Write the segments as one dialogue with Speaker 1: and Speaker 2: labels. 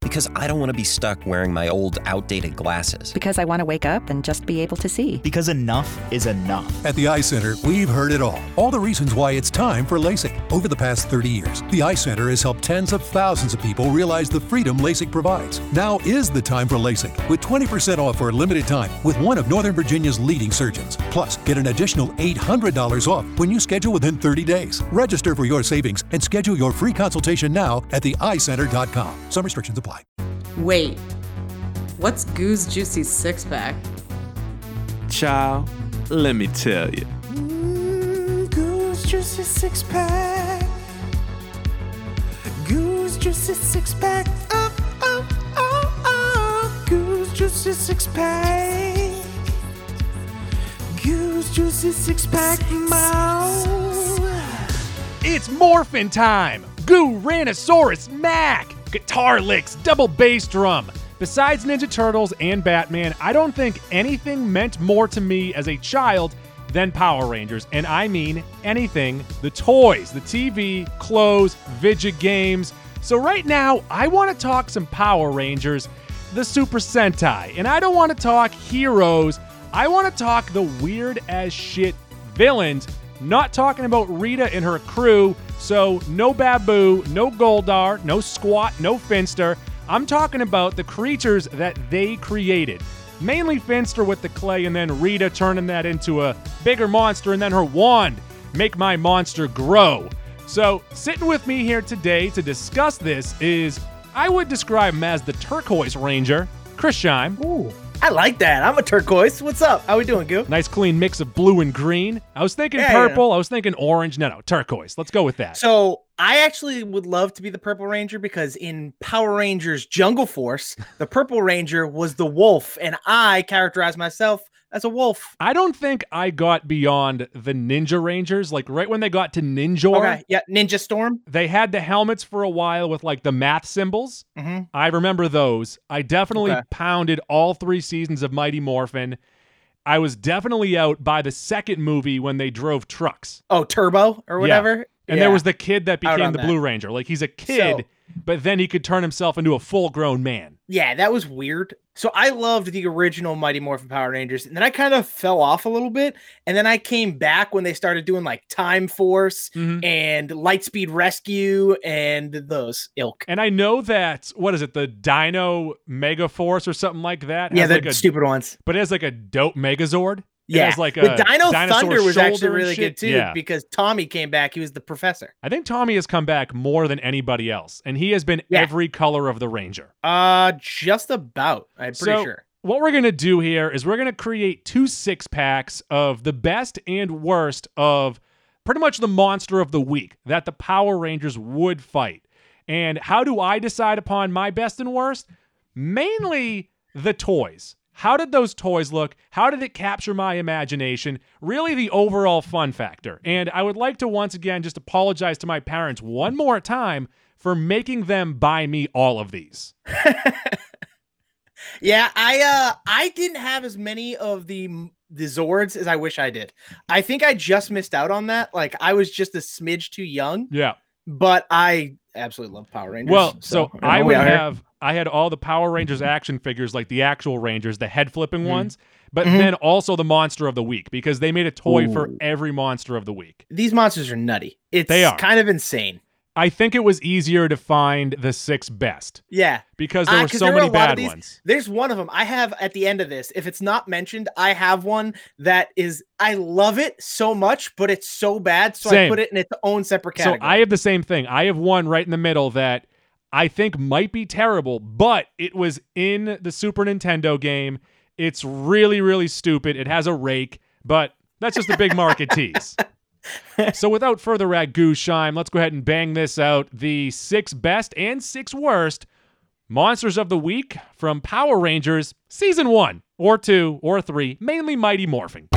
Speaker 1: because I don't want to be stuck wearing my old, outdated glasses.
Speaker 2: Because I want to wake up and just be able to see.
Speaker 3: Because enough is enough.
Speaker 4: At the Eye Center, we've heard it all. All the reasons why it's time for LASIK. Over the past 30 years, the Eye Center has helped tens of thousands of people realize the freedom LASIK provides. Now is the time for LASIK, with 20% off for a limited time with one of Northern Virginia's leading surgeons. Plus, get an additional $800 off when you schedule within 30 days. Register for your savings and schedule your free consultation now at theeyecenter.com. Some restrictions apply.
Speaker 5: Wait, what's Goose Juicy's six pack?
Speaker 6: Child, let me tell you.
Speaker 7: Mm, Goose Juicy six pack. Goose Juicy six pack. Oh, oh, oh, oh. Goose Juicy six pack. Goose Juicy six pack. Mouth.
Speaker 8: It's morphin' time! Goo Ranosaurus Mac! Guitar licks, double bass drum. Besides Ninja Turtles and Batman, I don't think anything meant more to me as a child than Power Rangers. And I mean anything the toys, the TV, clothes, video games. So, right now, I want to talk some Power Rangers, the Super Sentai. And I don't want to talk heroes, I want to talk the weird as shit villains. Not talking about Rita and her crew. So, no Babu, no Goldar, no Squat, no Finster. I'm talking about the creatures that they created. Mainly Finster with the clay, and then Rita turning that into a bigger monster, and then her wand, make my monster grow. So, sitting with me here today to discuss this is, I would describe him as the turquoise ranger, Chris Scheim.
Speaker 9: Ooh, I like that. I'm a turquoise. What's up? How we doing, Goo?
Speaker 8: Nice clean mix of blue and green. I was thinking
Speaker 9: Yeah,
Speaker 8: purple. I was thinking orange. No, no, turquoise. Let's go with that.
Speaker 9: So I actually would love to be the Purple Ranger because in Power Rangers Jungle Force, the Purple Ranger was the wolf, and I characterize myself as a wolf.
Speaker 8: I don't think I got beyond the Ninja Rangers. Like right when they got to Ninjor,
Speaker 9: Okay, yeah, Ninja Storm.
Speaker 8: they had the helmets for a while with like the math symbols.
Speaker 9: hmm
Speaker 8: I remember those. I definitely
Speaker 9: Okay.
Speaker 8: pounded all three seasons of Mighty Morphin. I was definitely out by the second movie when they drove trucks.
Speaker 9: Oh, Turbo or
Speaker 8: Yeah.
Speaker 9: whatever.
Speaker 8: And there
Speaker 9: Yeah.
Speaker 8: was the kid that
Speaker 9: Out
Speaker 8: became
Speaker 9: on
Speaker 8: the
Speaker 9: that.
Speaker 8: Blue Ranger. Like he's a kid, but then he could turn himself into a full grown man.
Speaker 9: Yeah, that was weird. So I loved the original Mighty Morphin Power Rangers, and then I kind of fell off a little bit, and then I came back when they started doing like Time Force
Speaker 8: Mhm.
Speaker 9: and Lightspeed Rescue and those ilk.
Speaker 8: And I know that what is it, the Dino Mega Force or something like that?
Speaker 9: Yeah,
Speaker 8: has
Speaker 9: the
Speaker 8: like a,
Speaker 9: stupid ones.
Speaker 8: but it has like a dope Megazord. It
Speaker 9: Yeah,
Speaker 8: has like a
Speaker 9: the Dino
Speaker 8: dinosaur
Speaker 9: Thunder was
Speaker 8: shoulder
Speaker 9: actually
Speaker 8: and
Speaker 9: really
Speaker 8: shit.
Speaker 9: good too
Speaker 8: Yeah.
Speaker 9: because Tommy came back. He was the professor.
Speaker 8: I think Tommy has come back more than anybody else, and he has been
Speaker 9: Yeah.
Speaker 8: every color of the Ranger.
Speaker 9: Uh, just about. I'm pretty
Speaker 8: So-
Speaker 9: sure.
Speaker 8: What we're going to do here is we're going to create two six packs of the best and worst of pretty much the monster of the week that the Power Rangers would fight. And how do I decide upon my best and worst? Mainly the toys. How did those toys look? How did it capture my imagination? Really, the overall fun factor. And I would like to once again just apologize to my parents one more time for making them buy me all of these.
Speaker 9: Yeah, I uh, I didn't have as many of the m- the Zords as I wish I did. I think I just missed out on that. Like I was just a smidge too young,
Speaker 8: Yeah.
Speaker 9: but I absolutely love Power Rangers.
Speaker 8: Well, so,
Speaker 9: you know,
Speaker 8: I
Speaker 9: we
Speaker 8: would
Speaker 9: out here.
Speaker 8: have I had all the Power Rangers action figures, like the actual Rangers, the head flipping
Speaker 9: Mhm.
Speaker 8: ones, but
Speaker 9: Mhm.
Speaker 8: then also the Monster of the Week because they made a toy for every Monster of the Week.
Speaker 9: these monsters are nutty. It's
Speaker 8: They are.
Speaker 9: kind of insane.
Speaker 8: I think it was easier to find the six best
Speaker 9: Yeah,
Speaker 8: because there
Speaker 9: Ah,
Speaker 8: were
Speaker 9: 'cause
Speaker 8: so
Speaker 9: there were
Speaker 8: many
Speaker 9: a lot of
Speaker 8: bad
Speaker 9: these-
Speaker 8: ones.
Speaker 9: There's one of them I have at the end of this. If it's not mentioned, I have one that is I love it so much, but it's so bad, so
Speaker 8: Same.
Speaker 9: I put it in its own separate
Speaker 8: So
Speaker 9: category.
Speaker 8: I have the same thing. I have one right in the middle that I think might be terrible, but it was in the Super Nintendo game. It's really, really stupid. It has a rake, but that's just a big market tease. so without further ragu shime, let's go ahead and bang this out. The six best and six worst monsters of the week from Power Rangers season one or two or three, mainly Mighty Morphin.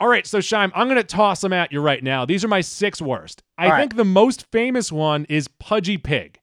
Speaker 8: All right, so Shime, I'm going to toss them at you right now. These are my six worst. I
Speaker 9: All right.
Speaker 8: think the most famous one is Pudgy Pig.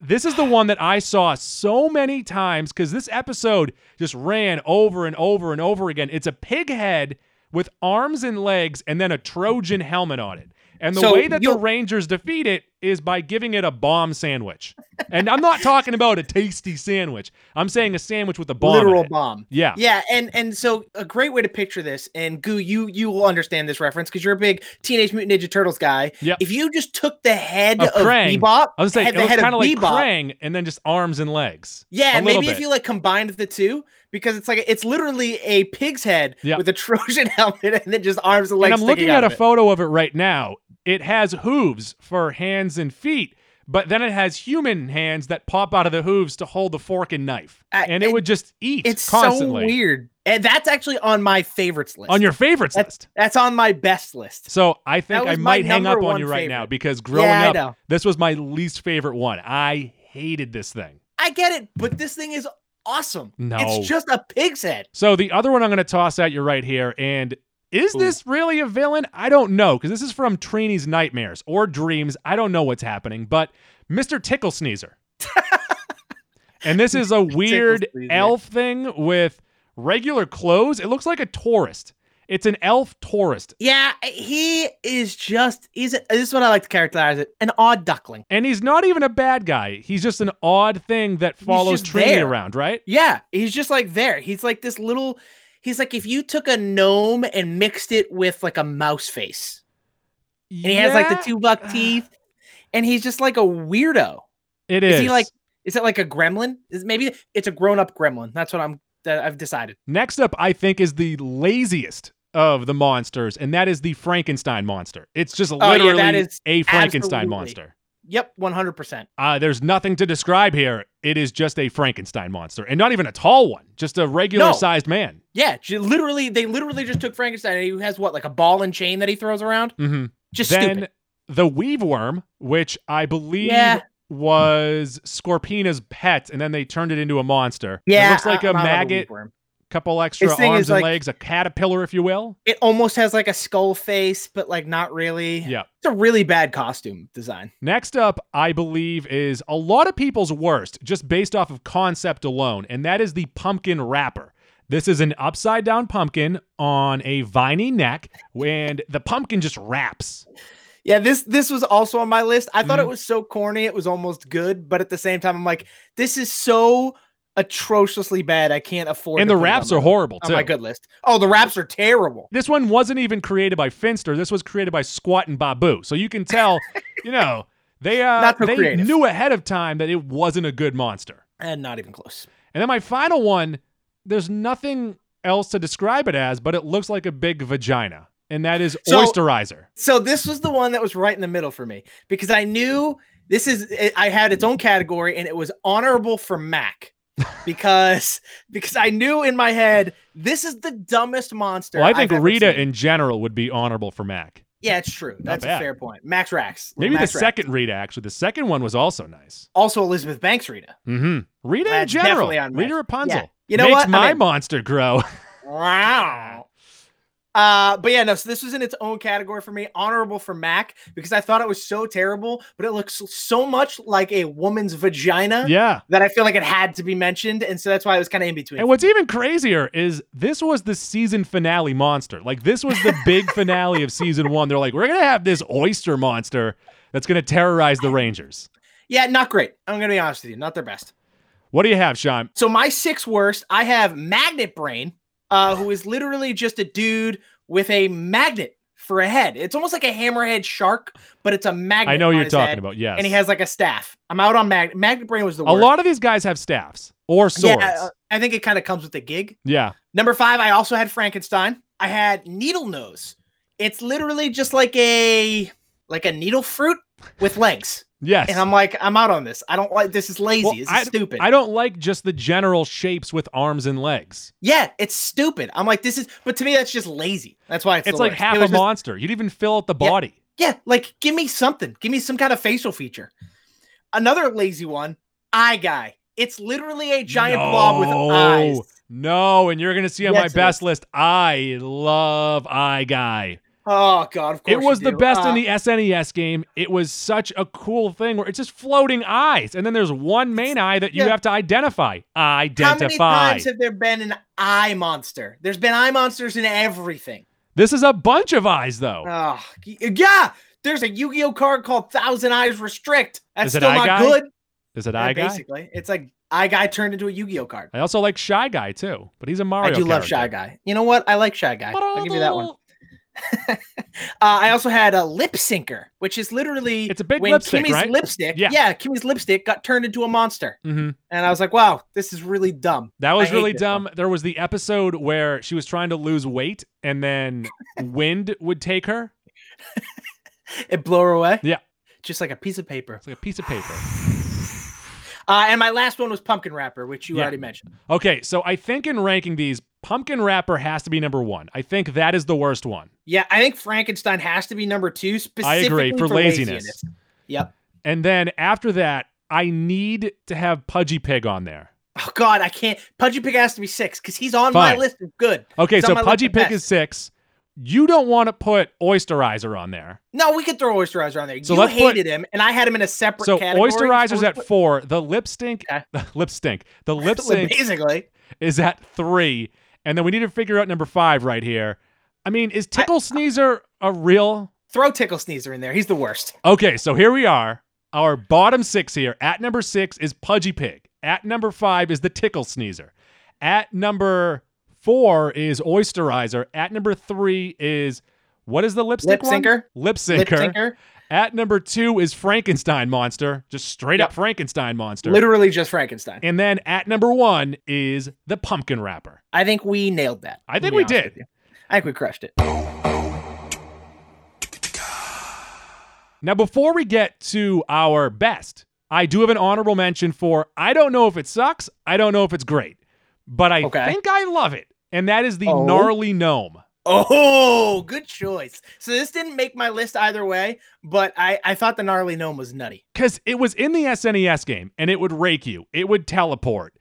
Speaker 8: This is the one that I saw so many times because this episode just ran over and over and over again. It's a pig head with arms and legs and then a Trojan helmet on it. And the
Speaker 9: So
Speaker 8: way that the
Speaker 9: you'll-
Speaker 8: Rangers defeat it is by giving it a bomb sandwich. And I'm not talking about a tasty sandwich. I'm saying a sandwich with a bomb. in
Speaker 9: literal
Speaker 8: it.
Speaker 9: bomb.
Speaker 8: Yeah.
Speaker 9: Yeah, and and so a great way to picture this, and Goo, you you will understand this reference because you're a big Teenage Mutant Ninja Turtles guy.
Speaker 8: Yep.
Speaker 9: If you just took the head
Speaker 8: Of
Speaker 9: of,
Speaker 8: Krang.
Speaker 9: Bebop,
Speaker 8: I was saying
Speaker 9: had
Speaker 8: it
Speaker 9: the
Speaker 8: was
Speaker 9: head
Speaker 8: kind
Speaker 9: of
Speaker 8: of like
Speaker 9: Bebop,
Speaker 8: Krang, and then just arms and legs. a
Speaker 9: yeah,
Speaker 8: little
Speaker 9: maybe if
Speaker 8: bit.
Speaker 9: you like combined the two, because it's like it's literally a pig's head
Speaker 8: Yeah.
Speaker 9: with a Trojan helmet, and then just arms and legs.
Speaker 8: and I'm
Speaker 9: sticking
Speaker 8: looking
Speaker 9: out
Speaker 8: at a
Speaker 9: of it.
Speaker 8: photo of it right now. It has hooves for hands and feet, but then it has human hands that pop out of the hooves to hold the fork and knife,
Speaker 9: I-
Speaker 8: and it,
Speaker 9: it-
Speaker 8: would just eat
Speaker 9: It's
Speaker 8: constantly
Speaker 9: so weird, and that's actually on my favorites list.
Speaker 8: on your favorites
Speaker 9: That's-
Speaker 8: list.
Speaker 9: that's on my best list.
Speaker 8: So I think I
Speaker 9: was my
Speaker 8: might hang up
Speaker 9: number
Speaker 8: on
Speaker 9: one
Speaker 8: you right now
Speaker 9: favorite.
Speaker 8: because growing
Speaker 9: Yeah, I
Speaker 8: up,
Speaker 9: know.
Speaker 8: this was my least favorite one. I hated this thing.
Speaker 9: I get it, but this thing is awesome.
Speaker 8: No.
Speaker 9: it's just a pig's head.
Speaker 8: So the other one I'm going to toss at you right here, and is this really a villain? I don't know because this is from Trini's nightmares or dreams. I don't know what's happening, but Mr. Tickle Sneezer, and this is a weird
Speaker 9: Sneezer.
Speaker 8: elf thing with regular clothes. It looks like a tourist. It's an elf tourist,
Speaker 9: Yeah, he is just he's a- this is what I like to characterize it an odd duckling.
Speaker 8: and he's not even a bad guy. He's just an odd thing that follows
Speaker 9: just
Speaker 8: Trini
Speaker 9: there.
Speaker 8: around, right?
Speaker 9: Yeah, he's just like there. He's like this little he's like if you took a gnome and mixed it with like a mouse face. And he has like the two buck teeth and he's just like a weirdo.
Speaker 8: It
Speaker 9: Is he like is it like a gremlin? Is maybe it's a grown-up gremlin. That's what I'm that I've decided.
Speaker 8: Next up, I think is the laziest of the monsters, and that is the Frankenstein monster. It's just
Speaker 9: Oh, yeah,
Speaker 8: literally
Speaker 9: that is
Speaker 8: a Frankenstein
Speaker 9: absolutely.
Speaker 8: monster.
Speaker 9: Yep, 100%.
Speaker 8: Uh, there's nothing to describe here. It is just a Frankenstein monster, and not even a tall one, just a regular
Speaker 9: No.
Speaker 8: sized man.
Speaker 9: Yeah, j- literally they literally just took Frankenstein and he has what like a ball and chain that he throws around?
Speaker 8: Mm-hmm.
Speaker 9: Just
Speaker 8: then
Speaker 9: stupid.
Speaker 8: the weave worm, which I believe
Speaker 9: Yeah.
Speaker 8: was Scorpina's pet, and then they turned it into a monster.
Speaker 9: Yeah, uh,
Speaker 8: it looks like
Speaker 9: I-
Speaker 8: a
Speaker 9: I'm out of the
Speaker 8: maggot,
Speaker 9: weepworm.
Speaker 8: couple extra
Speaker 9: This thing
Speaker 8: arms
Speaker 9: is
Speaker 8: and
Speaker 9: like-
Speaker 8: legs, a caterpillar, if you will.
Speaker 9: it almost has like a skull face, but like not really.
Speaker 8: Yeah.
Speaker 9: It's a really bad costume design.
Speaker 8: Next up, I believe, is a lot of people's worst just based off of concept alone, and that is the pumpkin wrapper. This is an upside down pumpkin on a viney neck, and the pumpkin just wraps.
Speaker 9: Yeah, this this was also on my list. I thought
Speaker 8: Mm-hmm.
Speaker 9: it was so corny, it was almost good, but at the same time, I'm like, this is so atrociously bad. I can't afford.
Speaker 8: And
Speaker 9: to
Speaker 8: the
Speaker 9: put it
Speaker 8: wraps
Speaker 9: on
Speaker 8: are
Speaker 9: my-
Speaker 8: horrible,
Speaker 9: On
Speaker 8: too.
Speaker 9: my good list. Oh, the wraps are terrible.
Speaker 8: This one wasn't even created by Finster. This was created by Squat and Babu. So you can tell, you know, they uh,
Speaker 9: Not so
Speaker 8: they
Speaker 9: creative.
Speaker 8: knew ahead of time that it wasn't a good monster.
Speaker 9: And not even close.
Speaker 8: And then my final one, there's nothing else to describe it as, but it looks like a big vagina, and that is
Speaker 9: So-
Speaker 8: oysterizer.
Speaker 9: So this was the one that was right in the middle for me because I knew this is it- I had its own category and it was honorable for Mac because because I knew in my head this is the dumbest monster.
Speaker 8: Well, I
Speaker 9: I've
Speaker 8: think
Speaker 9: ever
Speaker 8: Rita
Speaker 9: seen.
Speaker 8: in general would be honorable for Mac.
Speaker 9: yeah, it's true. That's
Speaker 8: bad.
Speaker 9: a fair point. Max Rax. Little
Speaker 8: Maybe the
Speaker 9: Max Rax.
Speaker 8: second Rita, actually. The second one was also nice.
Speaker 9: Also Elizabeth Banks Rita.
Speaker 8: hmm Rita in
Speaker 9: That's
Speaker 8: general.
Speaker 9: definitely on
Speaker 8: Rita
Speaker 9: Mac.
Speaker 8: Rapunzel.
Speaker 9: Yeah. You know
Speaker 8: Makes
Speaker 9: what? I'm
Speaker 8: my
Speaker 9: in.
Speaker 8: monster grow.
Speaker 9: Wow. Uh, but yeah, no. So this was in its own category for me, honorable for Mac because I thought it was so terrible, but it looks so much like a woman's vagina.
Speaker 8: yeah.
Speaker 9: that I feel like it had to be mentioned, and so that's why it was kind of in between.
Speaker 8: And what's even crazier is this was the season finale monster. Like this was the big finale of season one. They're like, we're gonna have this oyster monster that's gonna terrorize the Rangers.
Speaker 9: yeah, not great. I'm gonna be honest with you, not their best.
Speaker 8: What do you have, Sean?
Speaker 9: So my six worst, I have Magnet Brain, uh, who is literally just a dude with a magnet for a head. It's almost like a hammerhead shark, but it's a magnet.
Speaker 8: I know
Speaker 9: on
Speaker 8: you're
Speaker 9: his
Speaker 8: talking
Speaker 9: head,
Speaker 8: about. Yes.
Speaker 9: And he has like a staff. I'm out on Magnet. Magnet Brain was the
Speaker 8: a
Speaker 9: worst.
Speaker 8: lot of these guys have staffs or swords.
Speaker 9: Yeah, uh, I think it kind of comes with the gig.
Speaker 8: yeah.
Speaker 9: Number five, I also had Frankenstein. I had Needle Nose. It's literally just like a like a needle fruit with legs.
Speaker 8: Yes.
Speaker 9: And I'm like, I'm out on this. I don't like this. Is lazy.
Speaker 8: Well,
Speaker 9: this is
Speaker 8: I-
Speaker 9: stupid.
Speaker 8: I don't like just the general shapes with arms and legs.
Speaker 9: yeah, it's stupid. I'm like, this is. But to me, that's just lazy. That's why it's.
Speaker 8: It's,
Speaker 9: the
Speaker 8: like
Speaker 9: worst.
Speaker 8: half
Speaker 9: It
Speaker 8: a
Speaker 9: was just-
Speaker 8: monster. You'd even fill out the
Speaker 9: Yeah.
Speaker 8: body.
Speaker 9: Yeah, like give me something. Give me some kind of facial feature. Another lazy one. Eye guy. It's literally a giant blob with eyes.
Speaker 8: No. No, and you're gonna see on my
Speaker 9: Yes, it
Speaker 8: best
Speaker 9: is.
Speaker 8: list. I love Eye Guy.
Speaker 9: Oh God, of course.
Speaker 8: It was
Speaker 9: you
Speaker 8: the
Speaker 9: do.
Speaker 8: best
Speaker 9: Uh,
Speaker 8: in the SNES game. It was such a cool thing where it's just floating eyes, and then there's one main eye that you
Speaker 9: yeah.
Speaker 8: have to identify.
Speaker 9: How many
Speaker 8: Identify.
Speaker 9: times have there been an eye monster? There's been eye monsters in everything. Uh,
Speaker 8: this is a bunch of eyes, though.
Speaker 9: Oh, yeah. There's a Yu-Gi-Oh card called Thousand Eyes Restrict. That's
Speaker 8: Is it
Speaker 9: still
Speaker 8: Eye
Speaker 9: not
Speaker 8: Guy?
Speaker 9: good.
Speaker 8: Is it
Speaker 9: Yeah,
Speaker 8: I guy?
Speaker 9: Basically, it's like I guy turned into a Yu-Gi-Oh card.
Speaker 8: I also like Shy Guy too, but he's a Mario.
Speaker 9: I do love
Speaker 8: character.
Speaker 9: Shy Guy. You know what? I like Shy Guy. I'll give you that one. uh, I also had a lip syncer, which is literally
Speaker 8: It's a big
Speaker 9: when
Speaker 8: lipstick,
Speaker 9: Kimmy's
Speaker 8: right?
Speaker 9: lipstick,
Speaker 8: Yeah.
Speaker 9: yeah. Kimmy's lipstick got turned into a monster,
Speaker 8: Mhm.
Speaker 9: and I was like, "Wow, this is really dumb."
Speaker 8: That was
Speaker 9: hate
Speaker 8: really
Speaker 9: this
Speaker 8: dumb. There was the episode where she was trying to lose weight and then wind would take her.
Speaker 9: It blew her away.
Speaker 8: Yeah.
Speaker 9: just like a piece of paper.
Speaker 8: It's like a piece of paper.
Speaker 9: Uh, and my last one was pumpkin wrapper, which you
Speaker 8: Yeah.
Speaker 9: already mentioned.
Speaker 8: Okay, so I think in ranking these, Pumpkin Wrapper has to be number one. I think that is the worst one.
Speaker 9: Yeah, I think Frankenstein has to be number two.
Speaker 8: I
Speaker 9: Specifically
Speaker 8: agree for, laziness.
Speaker 9: Yep.
Speaker 8: And then after that, I need to have Pudgy Pig on there.
Speaker 9: Oh God, I can't. Pudgy Pig has to be six because he's on
Speaker 8: Fine.
Speaker 9: my list of good.
Speaker 8: Okay,
Speaker 9: He's on
Speaker 8: so
Speaker 9: my list
Speaker 8: Pudgy
Speaker 9: of
Speaker 8: Pig
Speaker 9: best.
Speaker 8: is six. You don't want to put Oysterizer on there.
Speaker 9: No, we could throw Oysterizer on there.
Speaker 8: So
Speaker 9: you
Speaker 8: let's put-
Speaker 9: hated him, and I had him in a separate
Speaker 8: So
Speaker 9: category. so
Speaker 8: Oysterizer's
Speaker 9: we
Speaker 8: at
Speaker 9: put-
Speaker 8: four. The lip stink,
Speaker 9: Okay.
Speaker 8: lip stink. The lip sync
Speaker 9: basically.
Speaker 8: is at three, and then we need to figure out number five right here. I mean, is Tickle Sneezer a real?
Speaker 9: Throw Tickle Sneezer in there. He's the worst.
Speaker 8: Okay, so here we are. Our bottom six here. At number six is Pudgy Pig. At number five is the Tickle Sneezer. At number four is Oysterizer. At number three is what is the lipstick
Speaker 9: Lip syncer?
Speaker 8: one? Lip
Speaker 9: Lip
Speaker 8: syncer.
Speaker 9: syncer.
Speaker 8: At number two is Frankenstein Monster. Just straight up
Speaker 9: Yep.
Speaker 8: Frankenstein Monster.
Speaker 9: Literally just Frankenstein.
Speaker 8: And then at number one is the pumpkin wrapper.
Speaker 9: I think we nailed that.
Speaker 8: I
Speaker 9: to
Speaker 8: think
Speaker 9: be
Speaker 8: we
Speaker 9: honest
Speaker 8: did.
Speaker 9: with you. I think we crushed it.
Speaker 8: Now, before we get to our best, I do have an honorable mention for I don't know if it sucks, I don't know if it's great, but I
Speaker 9: Okay.
Speaker 8: think I love it. And that is the
Speaker 9: Oh.
Speaker 8: gnarly gnome.
Speaker 9: Oh, good choice. So this didn't make my list either way, but I, I thought the gnarly gnome was nutty.
Speaker 8: Because it was in the SNES game and it would rake you, it would teleport.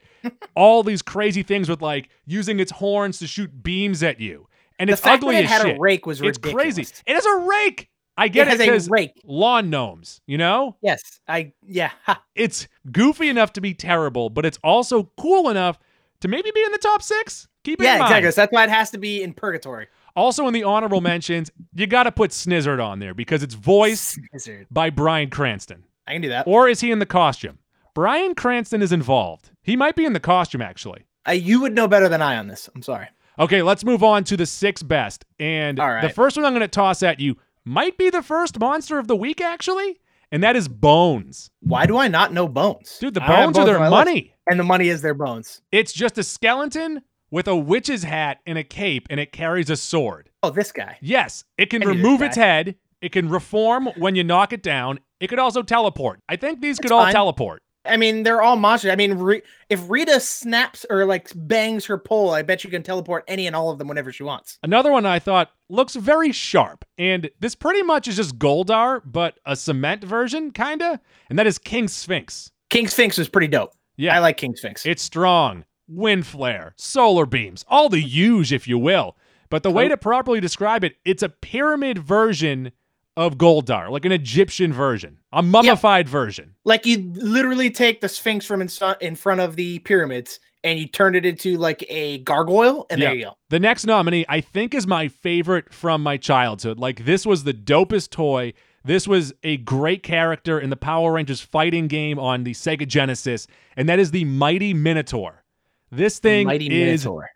Speaker 8: All these crazy things with like using its horns to shoot beams at you. And
Speaker 9: The
Speaker 8: it's
Speaker 9: fact
Speaker 8: ugly
Speaker 9: that it
Speaker 8: as
Speaker 9: had
Speaker 8: shit.
Speaker 9: a rake was
Speaker 8: it's
Speaker 9: ridiculous.
Speaker 8: crazy. It has a rake. I get
Speaker 9: it
Speaker 8: it
Speaker 9: has
Speaker 8: because
Speaker 9: a rake.
Speaker 8: lawn gnomes, you know?
Speaker 9: Yes. I yeah. ha.
Speaker 8: it's goofy enough to be terrible, but it's also cool enough to maybe be in the top six. Keep it
Speaker 9: Yeah,
Speaker 8: in mind.
Speaker 9: exactly. So that's why it has to be in purgatory.
Speaker 8: Also in the honorable mentions, you got to put Snizzard on there because it's voiced
Speaker 9: Snizzard.
Speaker 8: by Brian Cranston.
Speaker 9: I can do that.
Speaker 8: Or is he in the costume? Brian Cranston is involved. He might be in the costume actually.
Speaker 9: Uh, you would know better than I on this. I'm sorry.
Speaker 8: Okay, let's move on to the six best. And
Speaker 9: All right.
Speaker 8: the first one I'm going to toss at you might be the first monster of the week actually, and that is Bones.
Speaker 9: Why do I not know bones?
Speaker 8: Dude, the
Speaker 9: I have
Speaker 8: bones are
Speaker 9: on
Speaker 8: their
Speaker 9: my list,
Speaker 8: money.
Speaker 9: and the money is their bones.
Speaker 8: It's just a skeleton with a witch's hat and a cape, and it carries a sword.
Speaker 9: Oh, this guy.
Speaker 8: Yes, it can
Speaker 9: I knew this
Speaker 8: remove
Speaker 9: guy.
Speaker 8: its head. It can reform when you knock it down. It could also teleport. I think these could all
Speaker 9: fine.
Speaker 8: teleport.
Speaker 9: I mean, they're all monsters. I mean, Re- if Rita snaps or like bangs her pole, I bet you can teleport any and all of them whenever she wants.
Speaker 8: Another one I thought looks very sharp, and this pretty much is just Goldar, but a cement version, kinda, and that is King Sphinx.
Speaker 9: King Sphinx was pretty dope.
Speaker 8: Yeah,
Speaker 9: I like King Sphinx.
Speaker 8: It's strong, wind flare, solar beams, all the huge, if you will. But the way to properly describe it, it's a pyramid version of Goldar, like an Egyptian version, a mummified version.
Speaker 9: like you literally take the Sphinx from in, so- in front of the pyramids and you turn it into like a gargoyle, and there
Speaker 8: Yeah.
Speaker 9: you go.
Speaker 8: The next nominee, I think, is my favorite from my childhood. Like, this was the dopest toy. This was a great character in the Power Rangers fighting game on the Sega Genesis, and that is the Mighty Minotaur. This thing
Speaker 9: Mighty
Speaker 8: is
Speaker 9: Minotaur.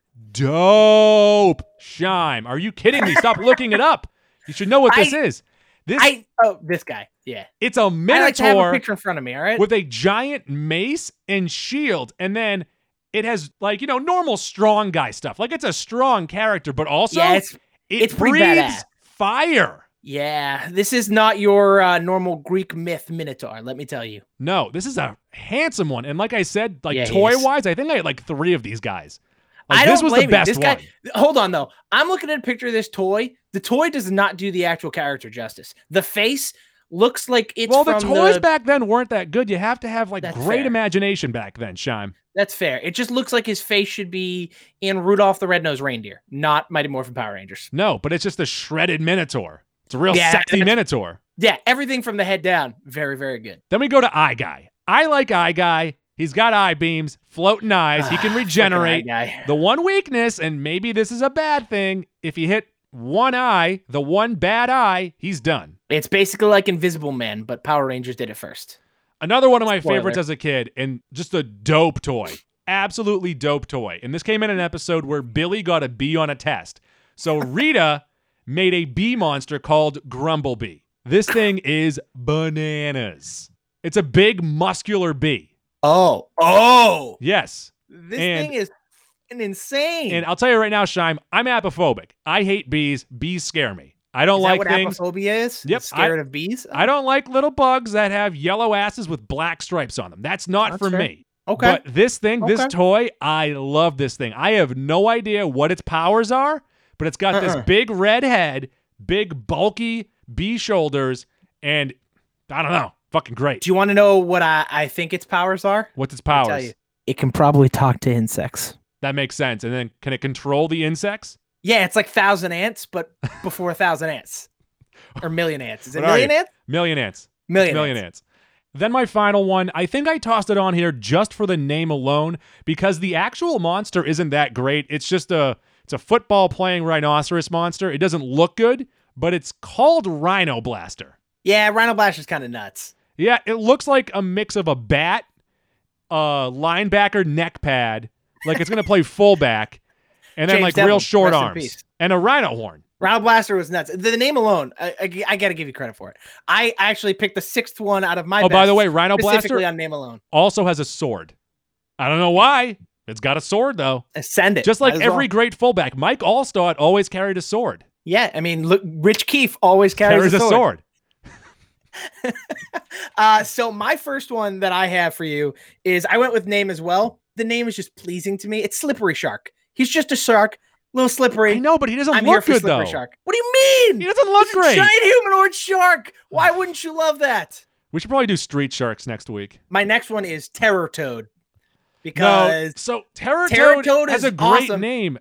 Speaker 8: dope. Shime, are you kidding me? Stop looking it up. You should know what this
Speaker 9: I-
Speaker 8: is. This
Speaker 9: I oh this guy. Yeah.
Speaker 8: it's a
Speaker 9: I like to have a
Speaker 8: minotaur
Speaker 9: picture in front of me. All right.
Speaker 8: with a giant mace and shield, and then it has like you know normal strong guy stuff. Like it's a strong character, but also
Speaker 9: yeah, it's
Speaker 8: it
Speaker 9: it's pretty
Speaker 8: breathes
Speaker 9: badass.
Speaker 8: fire.
Speaker 9: yeah. This is not your uh, normal Greek myth Minotaur. Let me tell you.
Speaker 8: No, this is a handsome one, and like I said, like
Speaker 9: Yeah, he
Speaker 8: toy
Speaker 9: is.
Speaker 8: wise, I think I had like three of these guys. Like, this was the
Speaker 9: blame you.
Speaker 8: best
Speaker 9: This guy-
Speaker 8: one.
Speaker 9: Hold on though. I'm looking at a picture of this toy. The toy does not do the actual character justice. The face looks like it's
Speaker 8: well, the
Speaker 9: from
Speaker 8: toys
Speaker 9: the-
Speaker 8: back then weren't that good. You have to have like
Speaker 9: That's
Speaker 8: great
Speaker 9: fair.
Speaker 8: imagination back then, Shime.
Speaker 9: That's fair. It just looks like his face should be in Rudolph the Red-Nosed Reindeer, not Mighty Morphin Power Rangers.
Speaker 8: No, but it's just a shredded Minotaur. It's a real
Speaker 9: Yeah,
Speaker 8: sexy
Speaker 9: that's-
Speaker 8: Minotaur.
Speaker 9: Yeah, everything from the head down, very very good.
Speaker 8: Then we go to Eye Guy. I like Eye Guy. He's got eye beams, floating eyes. He can
Speaker 9: Ah, fucking
Speaker 8: regenerate.
Speaker 9: eye guy.
Speaker 8: The one weakness, and maybe this is a bad thing, if you hit one eye, the one bad eye, he's done.
Speaker 9: It's basically like Invisible Man, but Power Rangers did it first.
Speaker 8: Another one of my
Speaker 9: Spoiler.
Speaker 8: favorites as a kid, and just a dope toy. Absolutely dope toy. And this came in an episode where Billy got a B on a test. So Rita made a bee monster called Grumblebee. This thing is bananas. It's a big muscular bee.
Speaker 9: Oh, oh,
Speaker 8: Yes.
Speaker 9: this
Speaker 8: And-
Speaker 9: thing is f***ing insane.
Speaker 8: And I'll tell you right now, Shime, I'm apophobic. I hate bees. Bees scare me. I don't
Speaker 9: is
Speaker 8: like
Speaker 9: that what
Speaker 8: things.
Speaker 9: apophobia is?
Speaker 8: Yep, I-
Speaker 9: scared of bees.
Speaker 8: I don't like little bugs that have yellow asses with black stripes on them. That's not
Speaker 9: That's
Speaker 8: for
Speaker 9: fair.
Speaker 8: me.
Speaker 9: Okay,
Speaker 8: But this thing, this
Speaker 9: Okay.
Speaker 8: toy, I love this thing. I have no idea what its powers are, but it's got this
Speaker 9: Uh-uh.
Speaker 8: big red head, big bulky bee shoulders, and I don't know, fucking great.
Speaker 9: do you want to know what I, I think its powers are?
Speaker 8: What's its
Speaker 9: I'll tell
Speaker 8: powers?
Speaker 9: you. It can probably talk to insects.
Speaker 8: That makes sense. And then can it control the insects?
Speaker 9: Yeah, it's like thousand ants, but before a thousand ants or million ants. Is it
Speaker 8: What are you?
Speaker 9: million ants?
Speaker 8: Million ants.
Speaker 9: Million.
Speaker 8: Million
Speaker 9: ants.
Speaker 8: ants. Then my final one, I think I tossed it on here just for the name alone because the actual monster isn't that great. It's just a it's a football playing rhinoceros monster. It doesn't look good, but it's called Rhino Blaster.
Speaker 9: Yeah, Rhino Blaster's kind of nuts.
Speaker 8: Yeah, it looks like a mix of a bat, a linebacker neck pad, like it's gonna play fullback, and then
Speaker 9: James
Speaker 8: like real
Speaker 9: Devlin,
Speaker 8: short
Speaker 9: rest in
Speaker 8: arms
Speaker 9: peace.
Speaker 8: and a rhino horn.
Speaker 9: Rhino Blaster was nuts. The name alone, I, I, I got to give you credit for it. I actually picked the sixth one out of my.
Speaker 8: oh, by
Speaker 9: best,
Speaker 8: the way, Rhino
Speaker 9: specifically
Speaker 8: Blaster
Speaker 9: on name alone.
Speaker 8: also has a sword. I don't know why. It's got a sword though.
Speaker 9: Ascend it,
Speaker 8: Just like
Speaker 9: might as well.
Speaker 8: every great fullback, Mike Allstott always carried a sword.
Speaker 9: Yeah, I mean, look, Rich Keefe always carries,
Speaker 8: Carries a sword.
Speaker 9: Uh, so my first one that I have for you is I went with name as well. The name is just pleasing to me. It's Slippery Shark. He's just a shark, little slippery.
Speaker 8: I know, but he doesn't
Speaker 9: I'm here
Speaker 8: look
Speaker 9: for
Speaker 8: good
Speaker 9: Slippery
Speaker 8: though.
Speaker 9: Shark. What do you
Speaker 8: He
Speaker 9: mean?
Speaker 8: doesn't look
Speaker 9: He's a
Speaker 8: great.
Speaker 9: giant humanoid shark. Why wouldn't you love that?
Speaker 8: We should probably do street sharks next week.
Speaker 9: My next one is Terror Toad
Speaker 8: No,
Speaker 9: because
Speaker 8: so Terror
Speaker 9: Terror
Speaker 8: Toad
Speaker 9: Toad
Speaker 8: has
Speaker 9: is
Speaker 8: a great
Speaker 9: awesome.
Speaker 8: name,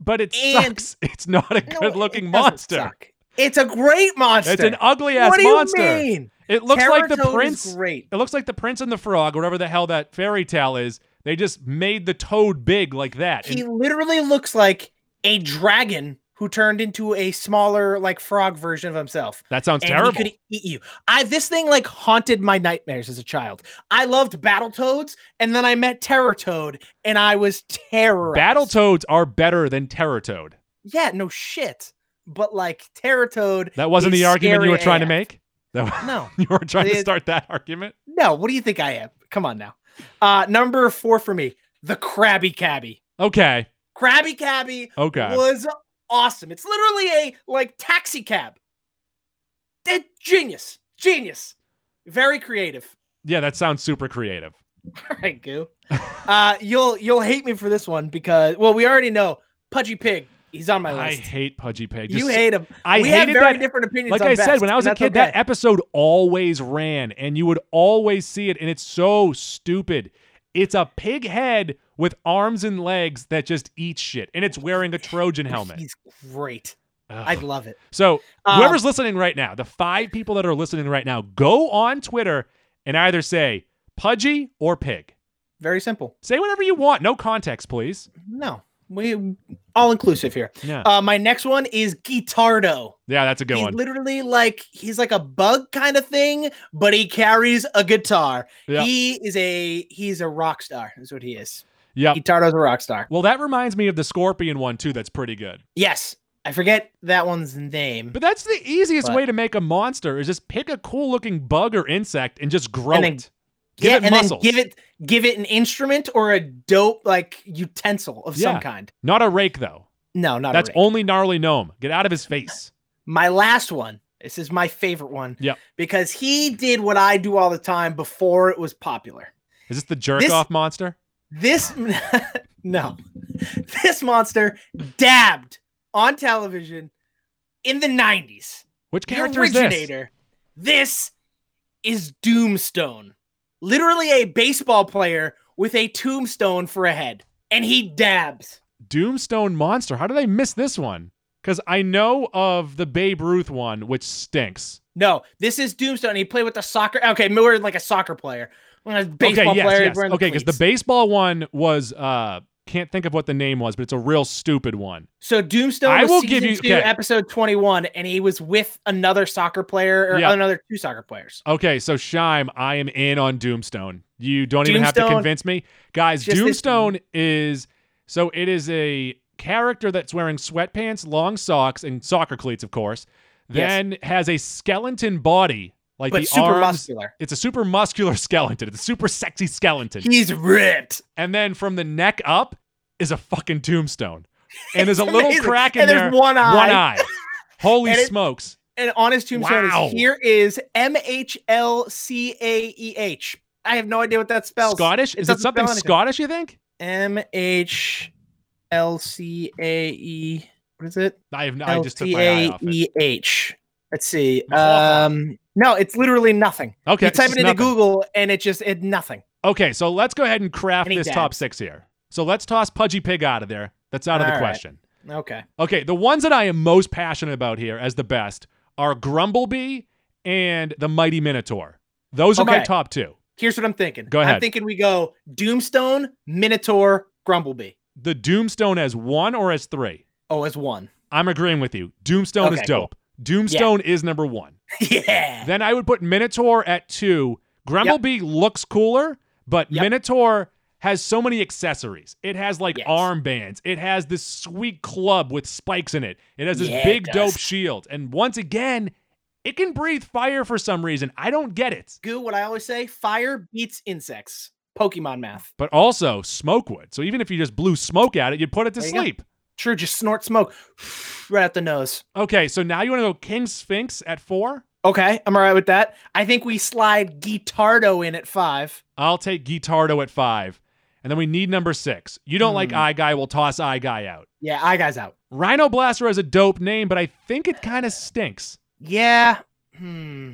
Speaker 8: but it
Speaker 9: And-
Speaker 8: sucks. It's not a
Speaker 9: No,
Speaker 8: good looking
Speaker 9: it doesn't
Speaker 8: monster.
Speaker 9: suck. It's a great monster.
Speaker 8: It's an ugly ass
Speaker 9: what do you
Speaker 8: monster.
Speaker 9: mean?
Speaker 8: It looks
Speaker 9: Terror
Speaker 8: like the
Speaker 9: Toad is
Speaker 8: prince.
Speaker 9: Great.
Speaker 8: It looks like the prince and the frog, whatever the hell that fairy tale is. They just made the toad big like that.
Speaker 9: He
Speaker 8: And
Speaker 9: literally looks like a dragon who turned into a smaller, like frog version of himself.
Speaker 8: that sounds
Speaker 9: and
Speaker 8: terrible.
Speaker 9: he could eat you. I this thing like haunted my nightmares as a child. I loved Battle Toads, and then I met Terror Toad, and I was terrorized.
Speaker 8: Battle toads are better than Terror Toad.
Speaker 9: yeah, no shit. But like Terror Toad,
Speaker 8: That wasn't
Speaker 9: is
Speaker 8: the argument
Speaker 9: scary
Speaker 8: you were trying to
Speaker 9: AF.
Speaker 8: make. That-
Speaker 9: No,
Speaker 8: you were trying to
Speaker 9: It-
Speaker 8: start that argument.
Speaker 9: no. What do you think I am? Come on now. Uh, number four for me, the Krabby Cabby.
Speaker 8: Okay.
Speaker 9: Krabby Cabby
Speaker 8: Okay.
Speaker 9: was awesome. It's literally a like taxi cab. That genius, genius, very creative.
Speaker 8: Yeah, that sounds super creative.
Speaker 9: All right, Goo. Uh, you'll you'll hate me for this one because well, we already know Pudgy Pig. He's on my
Speaker 8: I
Speaker 9: list.
Speaker 8: hate Pudgy Pig.
Speaker 9: you
Speaker 8: Just-
Speaker 9: hate him.
Speaker 8: I
Speaker 9: we have
Speaker 8: hated
Speaker 9: very
Speaker 8: that-
Speaker 9: different opinions.
Speaker 8: Like
Speaker 9: on
Speaker 8: I said,
Speaker 9: best,
Speaker 8: when I was
Speaker 9: and
Speaker 8: a
Speaker 9: that's
Speaker 8: kid, that
Speaker 9: okay.
Speaker 8: episode always ran, and you would always see it, and it's so stupid. It's a pig head with arms and legs that just eats shat, and it's wearing a Trojan helmet.
Speaker 9: he's great.
Speaker 8: Ugh.
Speaker 9: I love it.
Speaker 8: So
Speaker 9: Um,
Speaker 8: whoever's listening right now, the five people that are listening right now, go on Twitter and either say Pudgy or Pig.
Speaker 9: Very simple.
Speaker 8: Say whatever you want. No context, please.
Speaker 9: No, we all inclusive here.
Speaker 8: Yeah,
Speaker 9: Uh, my next one is Guitardo.
Speaker 8: yeah, that's a good
Speaker 9: he's
Speaker 8: one.
Speaker 9: literally like he's like a bug kind of thing, but he carries a guitar.
Speaker 8: Yeah.
Speaker 9: He is a he's a rock star. That's what he is.
Speaker 8: Yep.
Speaker 9: Guitardo's a rock star.
Speaker 8: Well, that reminds me of the scorpion one too. That's pretty good.
Speaker 9: Yes, I forget that one's name.
Speaker 8: But that's the easiest
Speaker 9: But-
Speaker 8: way to make a monster is just pick a cool looking bug or insect and just grow
Speaker 9: And then
Speaker 8: it. Give
Speaker 9: yeah,
Speaker 8: it
Speaker 9: and
Speaker 8: muscles.
Speaker 9: then give it give it an instrument or a dope like utensil of
Speaker 8: Yeah.
Speaker 9: some kind.
Speaker 8: Not a rake though.
Speaker 9: No, not
Speaker 8: that's
Speaker 9: a rake.
Speaker 8: only gnarly gnome. Get out of his face.
Speaker 9: my last one. This is my favorite one.
Speaker 8: Yep.
Speaker 9: Because he did what I do all the time before it was popular.
Speaker 8: Is this the jerk
Speaker 9: This-
Speaker 8: off monster?
Speaker 9: This no. This monster dabbed on television in the 90s.
Speaker 8: Which
Speaker 9: The
Speaker 8: character is this?
Speaker 9: originator. This? is Doomstone. Literally a baseball player with a tombstone for a head. And he dabs.
Speaker 8: Doomstone monster. How did I miss this one? Because I know of the Babe Ruth one, which stinks.
Speaker 9: No, this is Doomstone. He played with a soccer. Okay, more like a soccer player. When a baseball
Speaker 8: okay, yes,
Speaker 9: player. he's
Speaker 8: yes.
Speaker 9: wearing
Speaker 8: Okay, because the
Speaker 9: cleats.
Speaker 8: baseball one was uh Can't think of what the name was, but it's a real stupid one.
Speaker 9: So Doomstone
Speaker 8: I
Speaker 9: was
Speaker 8: will
Speaker 9: season
Speaker 8: give you-
Speaker 9: two,
Speaker 8: okay.
Speaker 9: episode 21, and he was with another soccer player or
Speaker 8: Yeah.
Speaker 9: another two soccer players.
Speaker 8: Okay, so Shime, I am in on Doomstone. You don't even have to
Speaker 9: Doomstone-
Speaker 8: convince me. Guys,
Speaker 9: Just this-
Speaker 8: Doomstone is so it is a character that's wearing sweatpants, long socks, and soccer cleats, of course.
Speaker 9: Yes.
Speaker 8: Then has a skeleton body, like
Speaker 9: But
Speaker 8: the
Speaker 9: super
Speaker 8: arms.
Speaker 9: muscular.
Speaker 8: It's a super muscular skeleton. It's a super sexy skeleton.
Speaker 9: He's ripped.
Speaker 8: and then from the neck up is a fucking tombstone. And there's a
Speaker 9: It's
Speaker 8: little
Speaker 9: amazing.
Speaker 8: crack in
Speaker 9: And there's
Speaker 8: there.
Speaker 9: one eye.
Speaker 8: One eye. Holy
Speaker 9: And it-
Speaker 8: smokes.
Speaker 9: And on his tombstone
Speaker 8: Wow.
Speaker 9: is here is M H L C A E H. I have no idea what that spells.
Speaker 8: Scottish? Is it
Speaker 9: doesn't
Speaker 8: something
Speaker 9: spell anything.
Speaker 8: Scottish, you think?
Speaker 9: M H L C A E. What is it?
Speaker 8: I have no, I
Speaker 9: L
Speaker 8: just took
Speaker 9: C
Speaker 8: my eye
Speaker 9: A
Speaker 8: off it.
Speaker 9: E H. Let's see.
Speaker 8: Hawthorne.
Speaker 9: Um, no, it's literally nothing.
Speaker 8: Okay,
Speaker 9: you
Speaker 8: it's
Speaker 9: type
Speaker 8: just
Speaker 9: it into
Speaker 8: nothing.
Speaker 9: Google and it just it nothing.
Speaker 8: Okay, so let's go ahead and craft
Speaker 9: Any
Speaker 8: this top
Speaker 9: dabs?
Speaker 8: six here. So let's toss Pudgy Pig out of there. That's out of the
Speaker 9: All right.
Speaker 8: question.
Speaker 9: Okay.
Speaker 8: Okay, the ones that I am most passionate about here as the best are Grumblebee and the Mighty Minotaur. Those are my
Speaker 9: Okay.
Speaker 8: top two.
Speaker 9: Here's what I'm thinking.
Speaker 8: Go
Speaker 9: I'm
Speaker 8: ahead.
Speaker 9: thinking we go Doomstone, Minotaur, Grumblebee.
Speaker 8: The Doomstone as one or as three?
Speaker 9: Oh, as one.
Speaker 8: I'm agreeing with you. Doomstone is
Speaker 9: Okay, cool.
Speaker 8: dope. Doomstone is number one.
Speaker 9: yeah.
Speaker 8: Then I would put Minotaur at two. Grumblebee looks cooler, but
Speaker 9: Yep.
Speaker 8: Minotaur has so many accessories. It has like
Speaker 9: Yes.
Speaker 8: armbands. It has this sweet club with spikes in it. It has this
Speaker 9: Yeah, it
Speaker 8: big
Speaker 9: does.
Speaker 8: dope shield. And once again, it can breathe fire for some reason. I don't get it.
Speaker 9: Goo, what I always say, fire beats
Speaker 8: Mm.
Speaker 9: insects. Pokemon math.
Speaker 8: But also smoke would. So even if you just blew smoke at it, you'd put it to
Speaker 9: There you go.
Speaker 8: sleep.
Speaker 9: True, just snort smoke right out the nose.
Speaker 8: Okay, so now you want to go King Sphinx at four?
Speaker 9: Okay, I'm all right with that. I think we slide Guitardo in at five.
Speaker 8: I'll take Guitardo at five. And then we need number six. You don't
Speaker 9: Hmm.
Speaker 8: like Eye Guy, we'll toss Eye Guy out.
Speaker 9: Yeah, I guy's out.
Speaker 8: Rhino Blaster is a dope name, but I think it kind of stinks.
Speaker 9: Yeah. Hmm.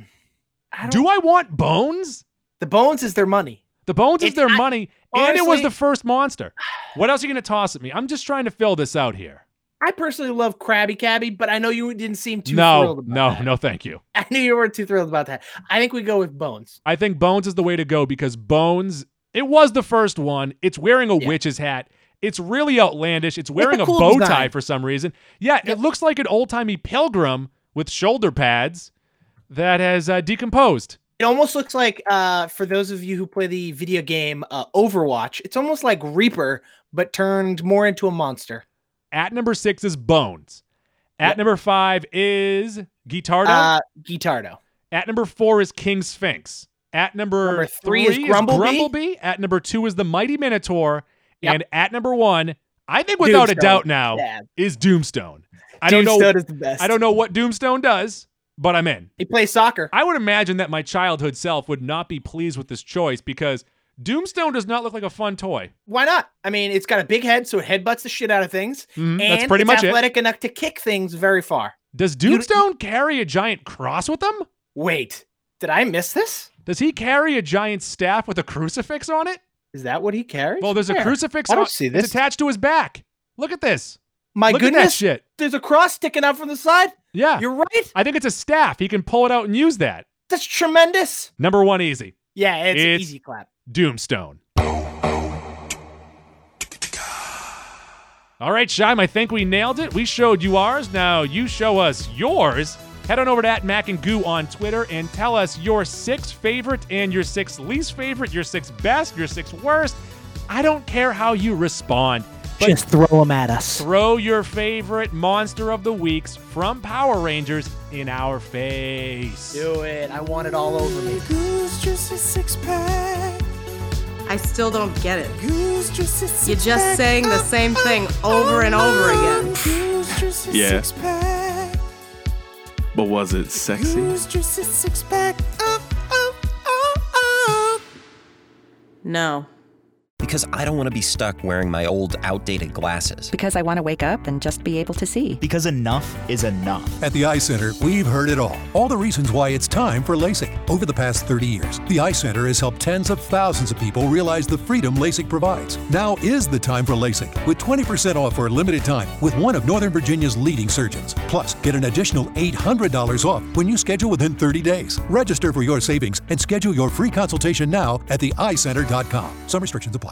Speaker 9: I don't,
Speaker 8: Do I want Bones?
Speaker 9: the bones is their money.
Speaker 8: The Bones is
Speaker 9: It's
Speaker 8: their
Speaker 9: not-
Speaker 8: money, and it was
Speaker 9: honestly-
Speaker 8: the first monster. What else are you going to toss at me? I'm just trying to fill this out here.
Speaker 9: I personally love Krabby Cabby, but I know you didn't seem too thrilled
Speaker 8: no,
Speaker 9: about
Speaker 8: no,
Speaker 9: that.
Speaker 8: no, thank you.
Speaker 9: I knew you weren't too thrilled about that. I think we go with bones.
Speaker 8: I think Bones is the way to go because Bones, it was the first one. It's wearing a
Speaker 9: Yeah.
Speaker 8: witch's hat. It's really outlandish. It's
Speaker 9: the
Speaker 8: wearing a
Speaker 9: cool
Speaker 8: bow
Speaker 9: design.
Speaker 8: tie for some reason. Yeah,
Speaker 9: Yeah.
Speaker 8: it looks like an old timey pilgrim with shoulder pads that has uh, decomposed.
Speaker 9: It almost looks like, uh, for those of you who play the video game uh, Overwatch, it's almost like Reaper, but turned more into a monster.
Speaker 8: At number six is Bones. At
Speaker 9: Yep.
Speaker 8: number five is Guitardo.
Speaker 9: Uh, Guitardo.
Speaker 8: At number four is King Sphinx. At number,
Speaker 9: Number three is Grumblebee.
Speaker 8: Grumblebee. At number two is the Mighty Minotaur.
Speaker 9: Yep.
Speaker 8: And at number one, I think without a
Speaker 9: Doomstone.
Speaker 8: doubt now,
Speaker 9: Yeah.
Speaker 8: is Doomstone. I don't know.
Speaker 9: Doomstone is the best.
Speaker 8: I don't know what Doomstone does, but I'm in.
Speaker 9: He plays soccer.
Speaker 8: I would imagine that my childhood self would not be pleased with this choice because Doomstone does not look like a fun toy.
Speaker 9: Why not? I mean, it's got a big head, so it headbutts the shit out of things.
Speaker 8: Mhm,
Speaker 9: and
Speaker 8: that's pretty
Speaker 9: it's
Speaker 8: much
Speaker 9: athletic enough to kick things very far.
Speaker 8: it. Does
Speaker 9: You-
Speaker 8: Doomstone carry a giant cross with him?
Speaker 9: Wait, did I miss this?
Speaker 8: Does he carry a giant staff with a crucifix on it?
Speaker 9: Is that what he carries?
Speaker 8: Well, there's a
Speaker 9: Where?
Speaker 8: crucifix.
Speaker 9: I don't
Speaker 8: on-
Speaker 9: see
Speaker 8: it's
Speaker 9: this.
Speaker 8: attached to his back. Look at this.
Speaker 9: My
Speaker 8: Look at that
Speaker 9: goodness,
Speaker 8: shit.
Speaker 9: there's a cross sticking out from the side.
Speaker 8: Yeah,
Speaker 9: You're right.
Speaker 8: I think it's a staff. He can pull it out and use that.
Speaker 9: That's tremendous.
Speaker 8: Number one, easy.
Speaker 9: Yeah, it's,
Speaker 8: It's-
Speaker 9: easy clap.
Speaker 8: Doomstone. All right, Shime, I think we nailed it. We showed you ours. Now you show us yours. Head on over to at Mac and Goo on Twitter and tell us your six favorite and your six least favorite, your six best, your six worst. I don't care how you respond. But
Speaker 9: Just throw them at us.
Speaker 8: throw your favorite monster of the weeks from Power Rangers in our face.
Speaker 9: Do it. I want it all over me.
Speaker 7: Goose juice is six pack.
Speaker 5: I still don't get it.
Speaker 7: Goose juice is six
Speaker 5: You're just saying the same thing over and over again.
Speaker 7: Goose juice is
Speaker 6: Yeah.
Speaker 7: six pack.
Speaker 6: But was it sexy?
Speaker 7: Goose juice is six pack. Oh, oh, oh, oh.
Speaker 5: No.
Speaker 1: Because I don't want to be stuck wearing my old outdated glasses.
Speaker 2: Because I want to wake up and just be able to see.
Speaker 3: Because enough is enough.
Speaker 4: At the Eye Center, we've heard it all. All the reasons why it's time for LASIK. Over the past 30 years, the Eye Center has helped tens of thousands of people realize the freedom LASIK provides. Now is the time for LASIK, with 20% off for a limited time with one of Northern Virginia's leading surgeons. Plus, get an additional $800 off when you schedule within 30 days. Register for your savings and schedule your free consultation now at theeyecenter.com. Some restrictions apply.